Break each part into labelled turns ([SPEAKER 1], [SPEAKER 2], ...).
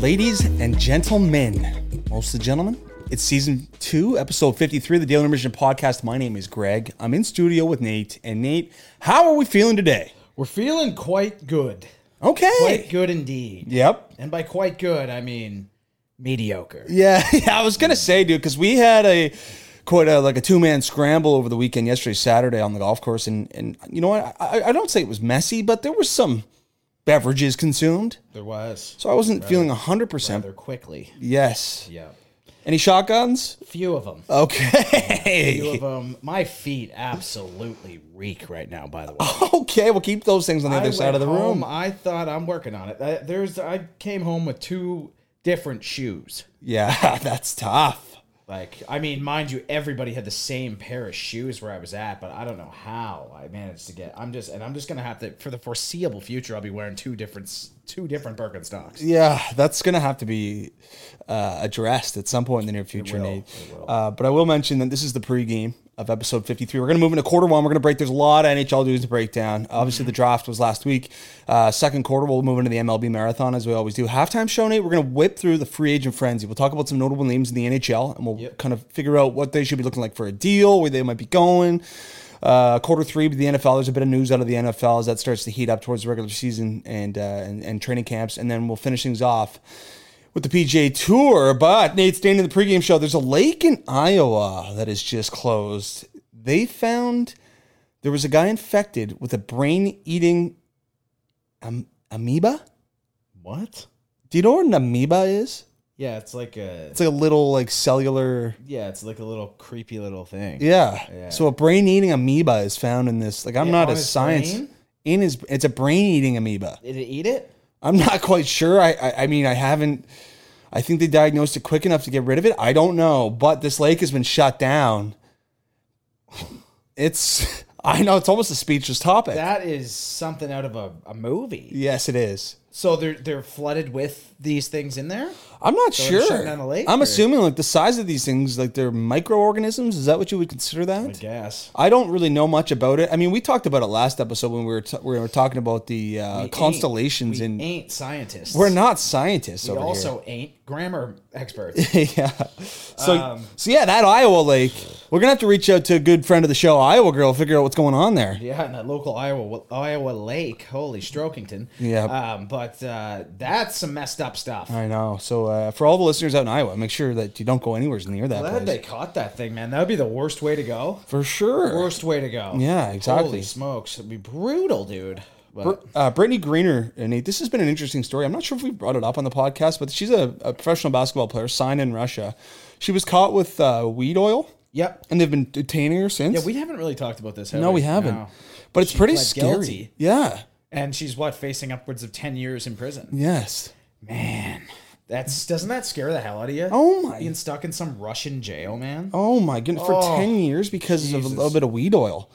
[SPEAKER 1] Ladies and gentlemen, most of the gentlemen, it's season two, episode 53 of the Daily Intermission podcast. My name is Greg. I'm in studio with Nate. And Nate, how are we feeling today?
[SPEAKER 2] We're feeling quite good.
[SPEAKER 1] Okay.
[SPEAKER 2] Quite good indeed.
[SPEAKER 1] Yep.
[SPEAKER 2] And by quite good, I mean mediocre.
[SPEAKER 1] Yeah, yeah, I was gonna say, dude, because we had a quite a, like a two man scramble over the weekend yesterday, Saturday on the golf course, and and you know what? I, I- I don't say it was messy, but there was some beverages consumed,
[SPEAKER 2] There was.
[SPEAKER 1] so I wasn't feeling hundred percent.
[SPEAKER 2] Rather quickly.
[SPEAKER 1] Yes.
[SPEAKER 2] Yeah.
[SPEAKER 1] Any shotguns?
[SPEAKER 2] Few of them. Few
[SPEAKER 1] Okay.
[SPEAKER 2] of them. My feet absolutely reek right now, by the way.
[SPEAKER 1] Okay, we'll keep those things Oh, on the
[SPEAKER 2] I
[SPEAKER 1] other side
[SPEAKER 2] went
[SPEAKER 1] of the
[SPEAKER 2] home,
[SPEAKER 1] room.
[SPEAKER 2] I thought I'm working on it. I, there's I came home with two different shoes.
[SPEAKER 1] Yeah, that's tough.
[SPEAKER 2] Like I mean, mind you, everybody had the same pair of shoes where I was at, but I don't know how I managed to get. I'm just and I'm just gonna have to for the foreseeable future. I'll be wearing two different s- two different Birkenstocks.
[SPEAKER 1] Yeah, that's gonna have to be uh, addressed at some point in the near future,
[SPEAKER 2] will,
[SPEAKER 1] Nate. Uh, but I will mention that this is the pregame of episode 53. We're gonna move into quarter one. We're gonna break. There's a lot of NHL news to break down. Obviously, the draft was last week. Uh, second quarter, we'll move into the MLB marathon as we always do. Halftime show, Nate. We're gonna whip through the free agent frenzy. We'll talk about some notable names in the NHL, and we'll kind of figure out what they should be looking like for a deal, where they might be going. Uh, quarter three, the NFL. There's a bit of news out of the NFL as that starts to heat up towards the regular season and uh, and, and training camps, and then we'll finish things off with the PGA Tour. But Nate Stain in the pregame show. There's a lake in Iowa that is just closed. They found there was a guy infected with a brain-eating am- amoeba.
[SPEAKER 2] What?
[SPEAKER 1] Do you know what an amoeba is?
[SPEAKER 2] Yeah, it's like a
[SPEAKER 1] It's like a little like cellular.
[SPEAKER 2] yeah, it's like a little creepy little thing.
[SPEAKER 1] Yeah.
[SPEAKER 2] Yeah.
[SPEAKER 1] So a brain-eating amoeba is found in this. Like I'm
[SPEAKER 2] Yeah,
[SPEAKER 1] not
[SPEAKER 2] on
[SPEAKER 1] a
[SPEAKER 2] his
[SPEAKER 1] science.
[SPEAKER 2] brain?
[SPEAKER 1] In his, it's a brain-eating amoeba.
[SPEAKER 2] Did it eat it?
[SPEAKER 1] I'm not quite sure. I, I I mean I haven't. I think they diagnosed it quick enough to get rid of it. I don't know, but this lake has been shut down. It's I know it's almost a speechless topic.
[SPEAKER 2] That is something out of a, a movie.
[SPEAKER 1] yes, it is.
[SPEAKER 2] So they're they're flooded with these things in there.
[SPEAKER 1] I'm not
[SPEAKER 2] So they're
[SPEAKER 1] sure.
[SPEAKER 2] shutting down the lake,
[SPEAKER 1] I'm
[SPEAKER 2] or-
[SPEAKER 1] assuming like the size of these things, like they're microorganisms. Is that what you would consider that?
[SPEAKER 2] I guess.
[SPEAKER 1] I don't really know much about it. I mean, we talked about it last episode when we were t- we were talking about the uh, constellations,
[SPEAKER 2] we
[SPEAKER 1] and
[SPEAKER 2] ain't scientists.
[SPEAKER 1] we're not scientists.
[SPEAKER 2] We
[SPEAKER 1] over here.
[SPEAKER 2] also ain't grammar experts.
[SPEAKER 1] yeah. So,
[SPEAKER 2] Um,
[SPEAKER 1] so yeah, that Iowa Lake. We're gonna have to reach out to a good friend of the show, Iowa Girl, figure out what's going on there.
[SPEAKER 2] Yeah, in that local Iowa Iowa Lake, holy Strokington.
[SPEAKER 1] Yeah.
[SPEAKER 2] Um, but uh, that's some messed up stuff.
[SPEAKER 1] I know. So uh, for all the listeners out in Iowa, make sure that you don't go anywhere near that
[SPEAKER 2] Glad
[SPEAKER 1] place
[SPEAKER 2] they caught that thing, man. That would be the worst way to go.
[SPEAKER 1] for sure.
[SPEAKER 2] Worst way to go.
[SPEAKER 1] Yeah, exactly.
[SPEAKER 2] Holy smokes, it'd be brutal, dude. But
[SPEAKER 1] Uh, Brittany Greener, and Nate, this has been an interesting story. I'm not sure if we brought it up on the podcast, but she's a, a professional basketball player signed in Russia. She was caught with uh, weed oil,
[SPEAKER 2] yep.
[SPEAKER 1] and they've been detaining her since.
[SPEAKER 2] Yeah, we haven't really talked about this. Have
[SPEAKER 1] no, we haven't.
[SPEAKER 2] No.
[SPEAKER 1] But it's
[SPEAKER 2] She
[SPEAKER 1] pretty
[SPEAKER 2] pled
[SPEAKER 1] scary.
[SPEAKER 2] guilty.
[SPEAKER 1] Yeah.
[SPEAKER 2] And she's what facing upwards of ten years in prison.
[SPEAKER 1] Yes.
[SPEAKER 2] Man, that's doesn't that scare the hell out of you?
[SPEAKER 1] Oh my
[SPEAKER 2] Being stuck in some Russian jail, man.
[SPEAKER 1] Oh my goodness! For
[SPEAKER 2] Oh,
[SPEAKER 1] ten years because of a little bit of weed oil.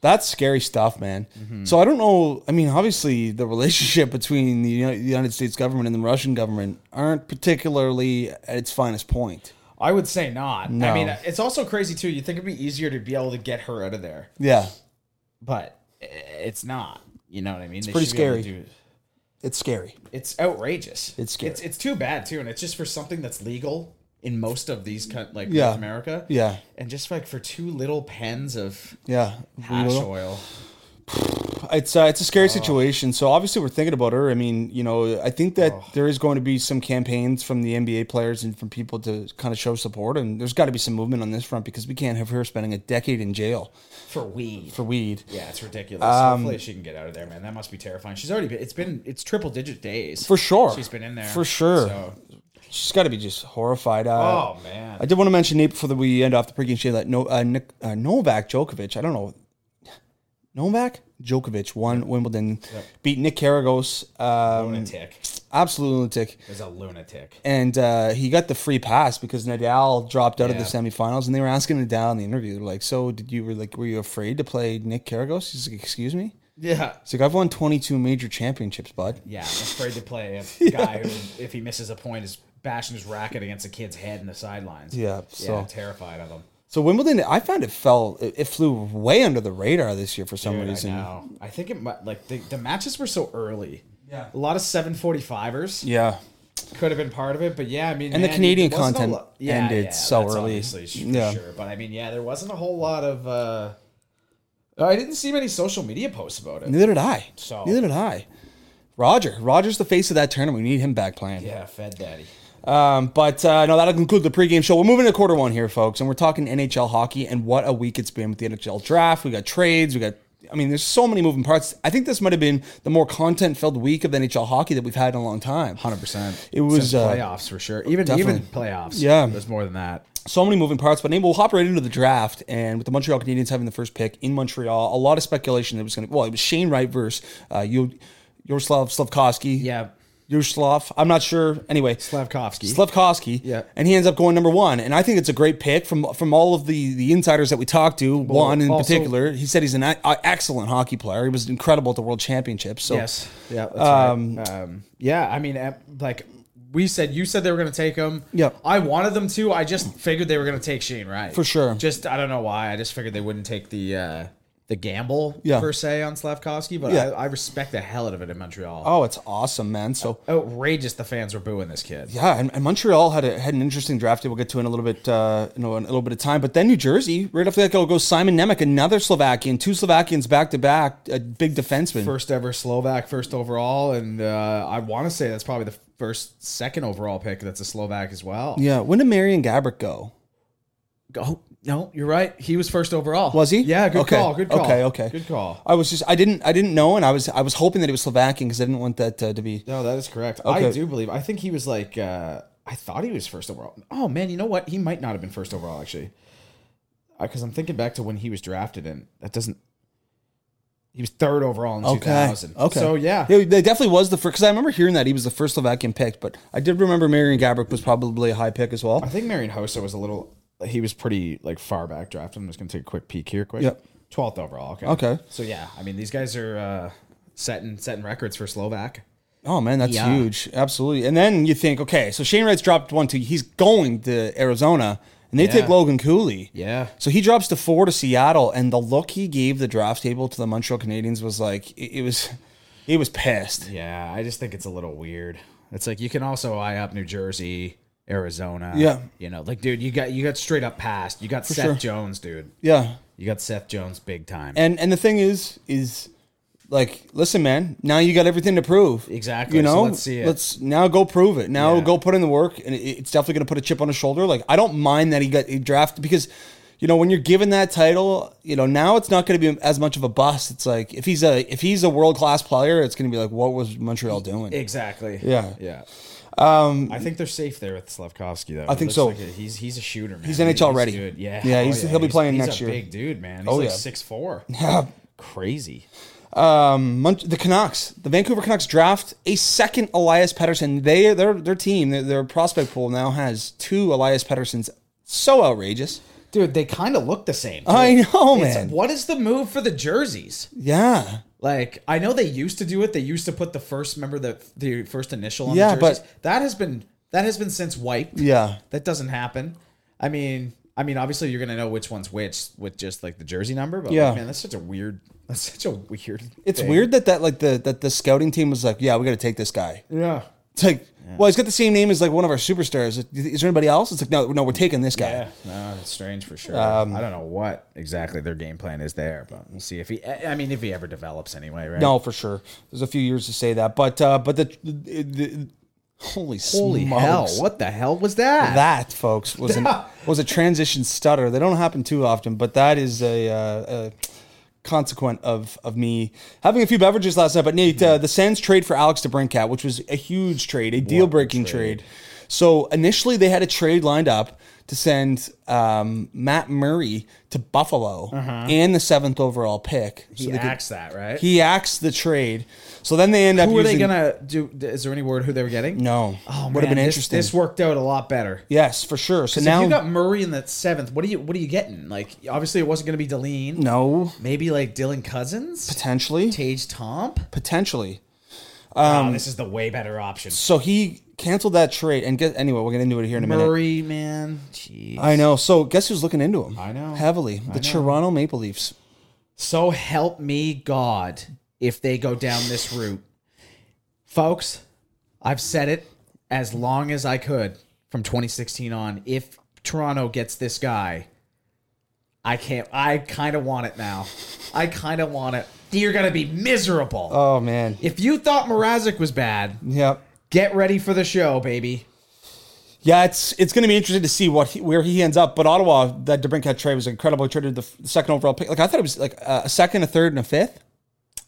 [SPEAKER 1] That's scary stuff, man.
[SPEAKER 2] Mm-hmm.
[SPEAKER 1] So I don't know. I mean, obviously, the relationship between the Uni- the United States government and the Russian government aren't particularly at its finest point.
[SPEAKER 2] I would say not.
[SPEAKER 1] No.
[SPEAKER 2] I mean, it's also crazy too. You think it'd be easier to be able to get her out of there,
[SPEAKER 1] Yeah,
[SPEAKER 2] but it's not. You know what I mean? It's
[SPEAKER 1] pretty scary. it's scary.
[SPEAKER 2] it's outrageous.
[SPEAKER 1] It's scary.
[SPEAKER 2] It's, it's too bad too, and it's just for something that's legal in most of these coun- like
[SPEAKER 1] Yeah.
[SPEAKER 2] North America.
[SPEAKER 1] Yeah,
[SPEAKER 2] And just like for two little pens of
[SPEAKER 1] yeah. Weed
[SPEAKER 2] hash
[SPEAKER 1] oil.
[SPEAKER 2] Oh. oil.
[SPEAKER 1] It's uh, it's a scary situation. So obviously we're thinking about her. I mean, you know, I think that
[SPEAKER 2] Oh.
[SPEAKER 1] there is going to be some campaigns from the NBA players and from people to kind of show support, and there's got to be some movement on this front because we can't have her spending a decade in jail
[SPEAKER 2] for weed.
[SPEAKER 1] for weed.
[SPEAKER 2] yeah, it's ridiculous. Hopefully she can get out of there, man. That must be terrifying. She's already been. It's been. It's triple digit days
[SPEAKER 1] For sure.
[SPEAKER 2] She's been in there
[SPEAKER 1] For sure.
[SPEAKER 2] So,
[SPEAKER 1] She's got to be just horrified. Uh,
[SPEAKER 2] oh man.
[SPEAKER 1] I did want to mention Nate before we end off the pregame show that no, uh, Nick, uh, Novak Djokovic. I don't know. Novak Djokovic won Wimbledon, beat Nick Kyrgios. Um,
[SPEAKER 2] lunatic.
[SPEAKER 1] absolute lunatic.
[SPEAKER 2] Is a lunatic.
[SPEAKER 1] and uh, he got the free pass because Nadal dropped out of the
[SPEAKER 2] Yeah.
[SPEAKER 1] semifinals, and they were asking Nadal in the interview, like, "So did you were like were you afraid to play Nick Kyrgios?" He's like, "Excuse me."
[SPEAKER 2] Yeah.
[SPEAKER 1] He's like, "I've won 22 major championships, bud."
[SPEAKER 2] Yeah, I'm afraid to play a guy who, if he misses a point, is bashing his racket against a kid's head in the sidelines.
[SPEAKER 1] Yeah,
[SPEAKER 2] yeah,
[SPEAKER 1] so-
[SPEAKER 2] I'm terrified of him.
[SPEAKER 1] So Wimbledon, I found it fell, it, it flew way under the radar this year for some
[SPEAKER 2] Dude, I
[SPEAKER 1] reason.
[SPEAKER 2] know. I think it might like the, the matches were so early. Yeah, a lot of 745ers
[SPEAKER 1] Yeah,
[SPEAKER 2] could have been part of it, but yeah, I mean,
[SPEAKER 1] And the
[SPEAKER 2] man,
[SPEAKER 1] Canadian
[SPEAKER 2] there wasn't a
[SPEAKER 1] content
[SPEAKER 2] lo-
[SPEAKER 1] ended so
[SPEAKER 2] that's
[SPEAKER 1] early.
[SPEAKER 2] obviously sh- for
[SPEAKER 1] Yeah.
[SPEAKER 2] sure. But I mean, yeah, there wasn't a whole lot of. uh I didn't see many social media posts about it.
[SPEAKER 1] neither did I.
[SPEAKER 2] So-
[SPEAKER 1] neither did I. Roger, Roger's the face of that tournament. We need him back playing.
[SPEAKER 2] Yeah, Fed Daddy.
[SPEAKER 1] Um, but uh, no, that'll conclude the pregame show. We're moving to quarter one here, folks, and we're talking NHL hockey and what a week it's been with the NHL draft. We got trades. We got. I mean, there's so many moving parts. I think this might have been the more content-filled week of NHL hockey that we've had in a long time.
[SPEAKER 2] Hundred percent.
[SPEAKER 1] It was, uh,
[SPEAKER 2] playoffs for sure. Even
[SPEAKER 1] definitely.
[SPEAKER 2] even playoffs.
[SPEAKER 1] Yeah.
[SPEAKER 2] there's more than that.
[SPEAKER 1] so many moving parts, but maybe we'll hop right into the draft. And with the Montreal Canadiens having the first pick in Montreal, a lot of speculation that was going to. Well, it was Shane Wright versus uh, you, Yaroslav Slavkovsky.
[SPEAKER 2] Yeah,
[SPEAKER 1] Yaroslav. I'm not sure. Anyway,
[SPEAKER 2] Slavkovsky.
[SPEAKER 1] Slavkovsky.
[SPEAKER 2] Yeah.
[SPEAKER 1] And he ends up going number one. And I think it's a great pick from from all of the the insiders that we talked to. one in
[SPEAKER 2] also-
[SPEAKER 1] particular, he said he's an a- a- excellent hockey player. He was incredible at the World Championships. So
[SPEAKER 2] Yes. Oh, Yeah. That's right. um, yeah. I mean, eh, like we said, you said they were going to take him.
[SPEAKER 1] Yeah.
[SPEAKER 2] I wanted them to. I just figured they were going to take Shane Wright
[SPEAKER 1] For sure.
[SPEAKER 2] Just I don't know why. I just figured they wouldn't take the uh, the gamble
[SPEAKER 1] Yeah.
[SPEAKER 2] per se on Slavkovsky, but
[SPEAKER 1] Yeah.
[SPEAKER 2] I, I respect the hell out of it in Montreal.
[SPEAKER 1] Oh, it's awesome, man. So
[SPEAKER 2] Outrageous! The fans were booing this kid.
[SPEAKER 1] Oh. yeah, and, and Montreal had a, had an interesting draft. that We'll get to in a little bit, uh, you know, in a little bit of time. But then New Jersey, right after that, go goes Simon Nemec, another Slovakian, two Slovakians back to back, a big defenseman.
[SPEAKER 2] First ever Slovak, first overall, and uh, I want to say that's probably the first, second overall pick that's a Slovak as well.
[SPEAKER 1] yeah, when did Marian Gabrick go?
[SPEAKER 2] Oh no, you're right. He was first overall.
[SPEAKER 1] Was he?
[SPEAKER 2] Yeah. Good
[SPEAKER 1] Okay.
[SPEAKER 2] call. Good call.
[SPEAKER 1] Okay, okay.
[SPEAKER 2] Good call.
[SPEAKER 1] I was just I didn't I didn't know, and I was I was hoping that it was Slovakian because I didn't want that uh, to be.
[SPEAKER 2] No, that is correct.
[SPEAKER 1] Okay.
[SPEAKER 2] I do believe. I think he was like. Uh, I thought he was first overall. Oh man, you know what? He might not have been first overall actually, because I'm thinking back to when he was drafted, and that doesn't. He was third overall in 2000.
[SPEAKER 1] Okay.
[SPEAKER 2] So yeah,
[SPEAKER 1] It, that definitely was the first because I remember hearing that he was the first Slovakian picked, but I did remember Marian Gabrick was probably a high pick as well.
[SPEAKER 2] I think Marion Hossa was a little. He was pretty like far back drafted. I'm just gonna take a quick peek here, quick.
[SPEAKER 1] Yep.
[SPEAKER 2] 12th overall. Okay.
[SPEAKER 1] Okay.
[SPEAKER 2] So yeah, I mean these guys are uh, setting setting records for Slovak.
[SPEAKER 1] Oh man, that's
[SPEAKER 2] Yeah.
[SPEAKER 1] huge, absolutely. And then you think, okay, so Shane Wright's dropped one, two. He's going to Arizona, and they take Logan Cooley.
[SPEAKER 2] Yeah.
[SPEAKER 1] So he drops to four to Seattle, and the look he gave the draft table to the Montreal Canadiens was like it, it was, he was pissed.
[SPEAKER 2] Yeah, I just think it's a little weird. It's like you can also eye up New Jersey, Arizona.
[SPEAKER 1] Yeah.
[SPEAKER 2] You know, like dude, you got you got straight up passed. You got Seth
[SPEAKER 1] sure.
[SPEAKER 2] Jones, dude.
[SPEAKER 1] Yeah.
[SPEAKER 2] You got Seth Jones big time.
[SPEAKER 1] And and the thing is, is like, listen, man, now you got everything to prove.
[SPEAKER 2] Exactly.
[SPEAKER 1] You
[SPEAKER 2] So
[SPEAKER 1] know,
[SPEAKER 2] let's see it.
[SPEAKER 1] Let's now go prove it. Now
[SPEAKER 2] Yeah.
[SPEAKER 1] go put in the work, and it, it's definitely going to put a chip on his shoulder. Like, I don't mind that he got he drafted because. You know, when you're given that title, you know now it's not going to be as much of a bust. It's like if he's a if he's a world class player, it's going to be like, what was Montreal doing?
[SPEAKER 2] exactly.
[SPEAKER 1] Yeah.
[SPEAKER 2] Yeah. Um, I think they're safe there with Slavkovsky though.
[SPEAKER 1] I think so.
[SPEAKER 2] he's he's a shooter, man.
[SPEAKER 1] He's NHL ready.
[SPEAKER 2] good. Yeah.
[SPEAKER 1] Yeah, he's- he'll be playing
[SPEAKER 2] he's
[SPEAKER 1] next
[SPEAKER 2] a
[SPEAKER 1] year.
[SPEAKER 2] Big dude, man. He's
[SPEAKER 1] Oh,
[SPEAKER 2] like
[SPEAKER 1] yeah.
[SPEAKER 2] six four. Crazy.
[SPEAKER 1] Mon- the Canucks, the Vancouver Canucks draft a second Elias Pettersson. They their their team, their, their prospect pool now has two Elias Petterssons. So outrageous.
[SPEAKER 2] Dude, they kind of look the same.
[SPEAKER 1] I
[SPEAKER 2] too.
[SPEAKER 1] know,
[SPEAKER 2] It's-
[SPEAKER 1] man.
[SPEAKER 2] What is the move for the jerseys?
[SPEAKER 1] Yeah.
[SPEAKER 2] Like I know they used to do it. They used to put the first remember the the first initial on
[SPEAKER 1] Yeah,
[SPEAKER 2] the
[SPEAKER 1] but-
[SPEAKER 2] jerseys. that has been that has been since wiped.
[SPEAKER 1] Yeah.
[SPEAKER 2] That doesn't happen. I mean, I mean obviously you're going to know which one's which with just like the jersey number, but
[SPEAKER 1] Yeah.
[SPEAKER 2] like, man, that's such a weird that's such a weird
[SPEAKER 1] It's weird that that like the that the scouting team was like, yeah, we got to take this guy.
[SPEAKER 2] Yeah.
[SPEAKER 1] It's like, well, he's got the same name as like one of our superstars. Is there anybody else? It's like, no, no, we're taking this guy.
[SPEAKER 2] Yeah, no, it's strange for sure.
[SPEAKER 1] Um,
[SPEAKER 2] I don't know what exactly their game plan is there, but we'll see if he. I I mean, if he ever develops anyway, right?
[SPEAKER 1] No, for sure. There's a few years to say that, but uh, but the, the, the holy
[SPEAKER 2] Holy
[SPEAKER 1] smokes.
[SPEAKER 2] hell! What the hell was that?
[SPEAKER 1] That, folks, was an, was a transition stutter. They don't happen too often, but that is a, uh, a consequent of of me having a few beverages last night. But Nate, uh, the Sens trade for Alex DeBrincat, which was a huge trade, a deal breaking trade. So initially, they had a trade lined up to send um, Matt Murray to Buffalo and the seventh overall pick. So
[SPEAKER 2] Uh-huh. he
[SPEAKER 1] they could-
[SPEAKER 2] axed that, right?
[SPEAKER 1] he axed the trade. So then they end up.
[SPEAKER 2] who are they
[SPEAKER 1] using-
[SPEAKER 2] gonna do? Is there any word who they were getting?
[SPEAKER 1] No.
[SPEAKER 2] Oh,
[SPEAKER 1] would have been
[SPEAKER 2] man, this-
[SPEAKER 1] interesting.
[SPEAKER 2] This, worked out a lot better.
[SPEAKER 1] Yes, for sure. So
[SPEAKER 2] So now
[SPEAKER 1] now
[SPEAKER 2] you got Murray in that seventh. What are you? What are you getting? Like, obviously, it wasn't gonna be Deline.
[SPEAKER 1] no
[SPEAKER 2] Maybe like Dylan Cousins,
[SPEAKER 1] potentially
[SPEAKER 2] Tage Tomp.
[SPEAKER 1] potentially. Um,
[SPEAKER 2] oh, this is the way better option.
[SPEAKER 1] So he canceled that trade and get anyway. We'll get into it here in a minute.
[SPEAKER 2] Murray, man. Jeez.
[SPEAKER 1] I know. So guess who's looking into him?
[SPEAKER 2] I know.
[SPEAKER 1] heavily. The Toronto Maple Leafs.
[SPEAKER 2] So help me God if they go down this route. Folks, I've said it as long as I could from 2016 on. If Toronto gets this guy, I can't. I kind of want it now. I kind of want it. You're going to be miserable.
[SPEAKER 1] Oh man.
[SPEAKER 2] if you thought Mrazek was bad,
[SPEAKER 1] Yep.
[SPEAKER 2] get ready for the show, baby.
[SPEAKER 1] Yeah, it's it's going to be interesting to see what he, where he ends up. But Ottawa, that DeBrincat trade was incredible. He traded the f- the second overall pick. Like I thought it was like uh, a second, a third, and a fifth.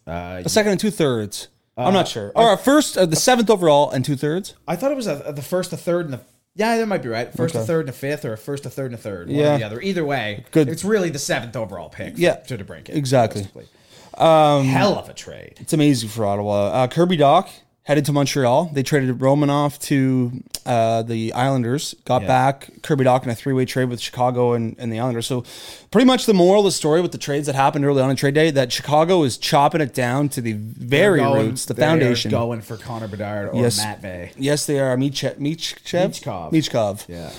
[SPEAKER 2] Uh,
[SPEAKER 1] A second and two thirds. I'm not sure. Or a first, uh, the seventh overall and two thirds.
[SPEAKER 2] I thought it was a, the first, a third, and the yeah, that might be right. First, a third, and a fifth, or a first, a third, and a third. One
[SPEAKER 1] Yeah.
[SPEAKER 2] or the other. Either way,
[SPEAKER 1] Good.
[SPEAKER 2] It's really the seventh overall pick.
[SPEAKER 1] Yeah.
[SPEAKER 2] to DeBrincat.
[SPEAKER 1] Exactly.
[SPEAKER 2] realistically. Hell of a trade.
[SPEAKER 1] It's amazing for Ottawa. Uh, Kirby Doc headed to Montreal. They traded Romanoff to uh, the Islanders, got back Kirby Doc in a three way trade with Chicago and, and the Islanders. So, pretty much the moral of the story with the trades that happened early on in trade day that Chicago is chopping it down to the very
[SPEAKER 2] Going-
[SPEAKER 1] roots, the
[SPEAKER 2] they are
[SPEAKER 1] foundation.
[SPEAKER 2] going for Connor Bedard or
[SPEAKER 1] Yes.
[SPEAKER 2] Matt Bay.
[SPEAKER 1] Yes, they are. Miche- Michkov?
[SPEAKER 2] Michkov.
[SPEAKER 1] Michkov.
[SPEAKER 2] Yeah.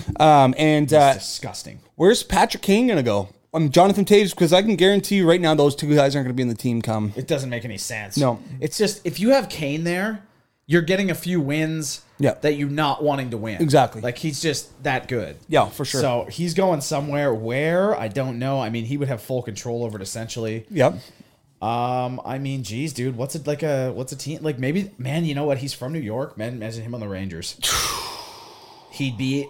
[SPEAKER 1] Um, and uh,
[SPEAKER 2] Disgusting.
[SPEAKER 1] where's Patrick Kane going to go? I'm Jonathan Taves because I can guarantee you right now those two guys aren't going to be in the team come.
[SPEAKER 2] It doesn't make any sense.
[SPEAKER 1] No.
[SPEAKER 2] it's just if you have Kane there, you're getting a few wins.
[SPEAKER 1] Yeah.
[SPEAKER 2] that you're not wanting to win.
[SPEAKER 1] Exactly.
[SPEAKER 2] Like he's just that good.
[SPEAKER 1] Yeah, for sure.
[SPEAKER 2] So he's going somewhere. Where I don't know. I mean, he would have full control over it essentially.
[SPEAKER 1] Yep.
[SPEAKER 2] Um, I mean, geez, dude, what's it like a what's a team like? Maybe, man, you know what? He's from New York. Man, imagine him on the Rangers. He'd be.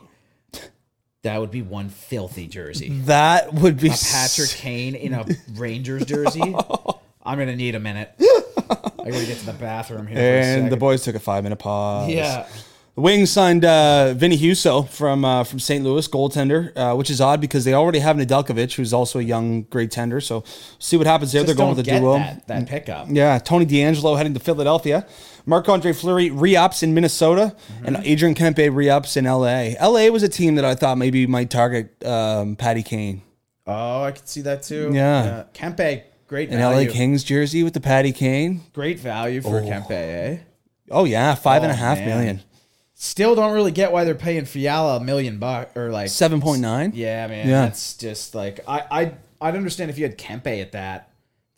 [SPEAKER 2] That would be one filthy jersey.
[SPEAKER 1] That would be
[SPEAKER 2] Patrick Kane in a Rangers jersey. I'm gonna need a minute. I gotta get to the bathroom here. for a
[SPEAKER 1] And the
[SPEAKER 2] second.
[SPEAKER 1] boys took a five minute pause.
[SPEAKER 2] yeah,
[SPEAKER 1] The Wings signed uh, Vinny Huso from uh, from St. Louis, goaltender, uh, which is odd because they already have Nedeljkovic, who's also a young, great tender. So see what happens there.
[SPEAKER 2] Just
[SPEAKER 1] They're going with a
[SPEAKER 2] get
[SPEAKER 1] duo.
[SPEAKER 2] That, that pickup.
[SPEAKER 1] Yeah, Tony D'Angelo heading to Philadelphia. Marc Andre Fleury re ups in Minnesota,
[SPEAKER 2] Mm-hmm.
[SPEAKER 1] and Adrian Kempe re ups in LA. LA was a team that I thought maybe might target um, Patty Kane.
[SPEAKER 2] Oh, I could see that too.
[SPEAKER 1] Yeah.
[SPEAKER 2] Kempe, great
[SPEAKER 1] An
[SPEAKER 2] value.
[SPEAKER 1] LA Kings jersey with the Patty Kane.
[SPEAKER 2] Great value for Kempe. Eh?
[SPEAKER 1] Oh, yeah, five and a
[SPEAKER 2] Oh,
[SPEAKER 1] half
[SPEAKER 2] man.
[SPEAKER 1] million.
[SPEAKER 2] Still don't really get why they're paying Fiala a million bucks or like
[SPEAKER 1] 7.9?
[SPEAKER 2] Yeah, man.
[SPEAKER 1] Yeah.
[SPEAKER 2] That's just like I I I'd understand if you had Kempe at that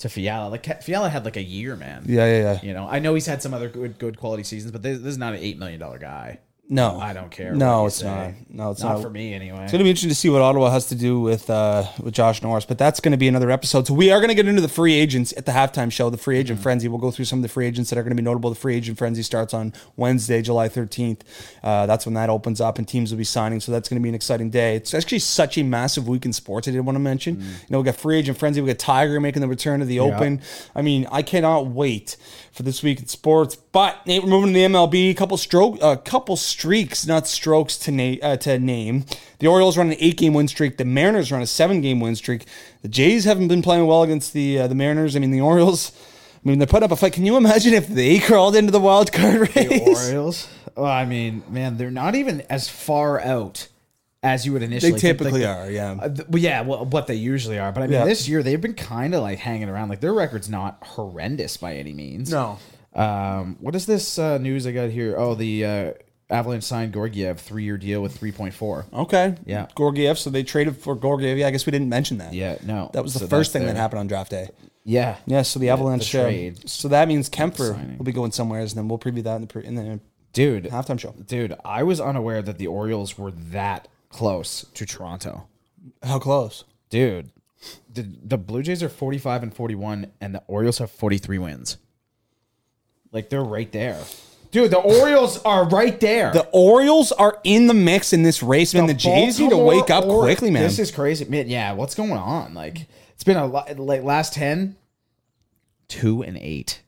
[SPEAKER 2] to Fiala. Like Ke- Fiala had like a year, man.
[SPEAKER 1] Yeah, yeah, yeah.
[SPEAKER 2] You know, I know he's had some other good good quality seasons, but this, this is not an eight million dollar guy.
[SPEAKER 1] No.
[SPEAKER 2] I don't care. what
[SPEAKER 1] No,
[SPEAKER 2] you
[SPEAKER 1] it's
[SPEAKER 2] say.
[SPEAKER 1] not. No, it's
[SPEAKER 2] not,
[SPEAKER 1] not.
[SPEAKER 2] for me anyway.
[SPEAKER 1] It's going to be interesting to see what Ottawa has to do with uh, with Josh Norris, but that's going to be another episode. So we are going to get into the free agents at the halftime show, the free agent
[SPEAKER 2] Mm-hmm.
[SPEAKER 1] frenzy. We'll go through some of the free agents that are going to be notable. The free agent frenzy starts on Wednesday, July thirteenth. Uh, that's when that opens up, and teams will be signing. So that's going to be an exciting day. It's actually such a massive week in sports. I did want to mention.
[SPEAKER 2] Mm.
[SPEAKER 1] You know, we got free agent frenzy. We got Tiger making the return to the Open. I mean, I cannot wait for this week in sports. But Nate, we're moving to the MLB. Couple stroke, a couple streaks, not strokes to na- uh, to name. The Orioles run an eight-game win streak. The Mariners run a seven-game win streak. The Jays haven't been playing well against the uh, the Mariners. I mean, the Orioles. I mean, they're putting up a fight. Can you imagine if they crawled into the wild card race?
[SPEAKER 2] Orioles. Well, I mean, man, they're not even as far out as you would initially.
[SPEAKER 1] They
[SPEAKER 2] think.
[SPEAKER 1] typically
[SPEAKER 2] Like,
[SPEAKER 1] are, yeah.
[SPEAKER 2] uh, th- well, yeah, well, what they usually are. But I mean,
[SPEAKER 1] Yeah.
[SPEAKER 2] this year they've been kind of like hanging around. Like their record's not horrendous by any means.
[SPEAKER 1] No.
[SPEAKER 2] Um, what is this uh, news I got here? Oh, the uh, Avalanche signed Gorgiev three year deal with three point four.
[SPEAKER 1] Okay.
[SPEAKER 2] Yeah.
[SPEAKER 1] Gorgiev. So they traded for Gorgiev. Yeah, I guess we didn't mention that.
[SPEAKER 2] Yeah, no.
[SPEAKER 1] That was the
[SPEAKER 2] So
[SPEAKER 1] first
[SPEAKER 2] that's
[SPEAKER 1] thing that
[SPEAKER 2] their-
[SPEAKER 1] happened on draft day.
[SPEAKER 2] Yeah.
[SPEAKER 1] Yeah, so the Avalanche
[SPEAKER 2] trade.
[SPEAKER 1] Uh, so that means Kemper
[SPEAKER 2] Signing.
[SPEAKER 1] will be going somewhere, and then we'll preview that in the pre- in the
[SPEAKER 2] Dude,
[SPEAKER 1] Halftime show.
[SPEAKER 2] dude, I was unaware that the Orioles were that close to Toronto.
[SPEAKER 1] How close?
[SPEAKER 2] Dude, the the Blue Jays are 45 and 41 and the Orioles have 43 wins. Like they're right there. Dude, the Orioles are right there.
[SPEAKER 1] The Orioles are in the mix in this race, man. The, Jays need to
[SPEAKER 2] Baltimore
[SPEAKER 1] wake up
[SPEAKER 2] Ori-
[SPEAKER 1] quickly, man.
[SPEAKER 2] This is crazy. Man, yeah, what's going on? Like it's been a lot like last 10 2 and 8.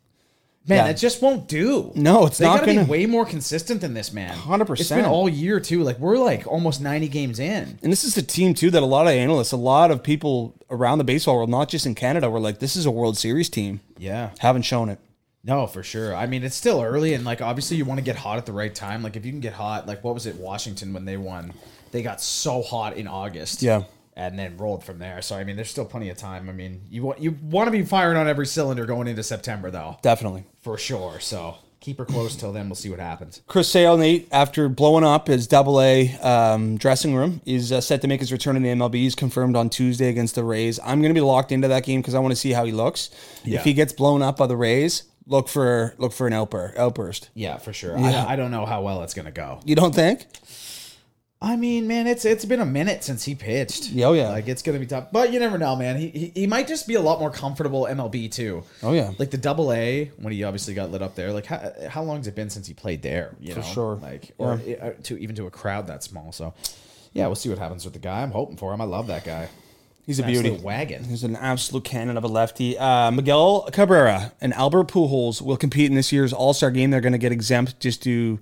[SPEAKER 2] Man,
[SPEAKER 1] Yeah.
[SPEAKER 2] that just won't do.
[SPEAKER 1] No, it's
[SPEAKER 2] they
[SPEAKER 1] not
[SPEAKER 2] gotta be
[SPEAKER 1] gonna-
[SPEAKER 2] way more consistent than this, man.
[SPEAKER 1] 100%.
[SPEAKER 2] It's been all year too. Like we're like almost ninety games in.
[SPEAKER 1] and this is a team too that a lot of analysts, a lot of people around the baseball world, not just in Canada, were like, "This is a World Series team."
[SPEAKER 2] Yeah.
[SPEAKER 1] Haven't shown it.
[SPEAKER 2] No, for sure. I mean, it's still early, and like obviously, you want to get hot at the right time. Like if you can get hot, like what was it, Washington when they won? They got so hot in August,
[SPEAKER 1] Yeah.
[SPEAKER 2] and then rolled from there. So I mean, there's still plenty of time. I mean, you want you want to be firing on every cylinder going into September, though,
[SPEAKER 1] Definitely.
[SPEAKER 2] for sure. So keep her close till then. We'll see what happens.
[SPEAKER 1] Chris Sale, Nate, after blowing up his double A um, dressing room, is uh, set to make his return in the MLB. He's confirmed on Tuesday against the Rays. I'm going to be locked into that game because I want to see how he looks.
[SPEAKER 2] Yeah.
[SPEAKER 1] If he gets blown up by the Rays, look for look for an outbur- outburst.
[SPEAKER 2] Yeah, for sure. I, I don't know how well it's gonna go.
[SPEAKER 1] You don't think?
[SPEAKER 2] I mean, man, it's it's been a minute since he pitched.
[SPEAKER 1] Yeah, oh yeah.
[SPEAKER 2] Like it's gonna be tough, but you never know, man. He he, he might just be a lot more comfortable MLB too.
[SPEAKER 1] Oh, yeah.
[SPEAKER 2] like the Double A when he obviously got lit up there. Like how how long's it been since he played there? You For know?
[SPEAKER 1] sure.
[SPEAKER 2] Like or uh, to even to a crowd that small. So yeah, we'll see what happens with the guy. I'm hoping for him. I love that guy.
[SPEAKER 1] He's a
[SPEAKER 2] Absolute
[SPEAKER 1] beauty.
[SPEAKER 2] wagon.
[SPEAKER 1] He's an absolute cannon of a lefty. Uh, Miguel Cabrera and Albert Pujols will compete in this year's All Star game. They're going to get exempt just due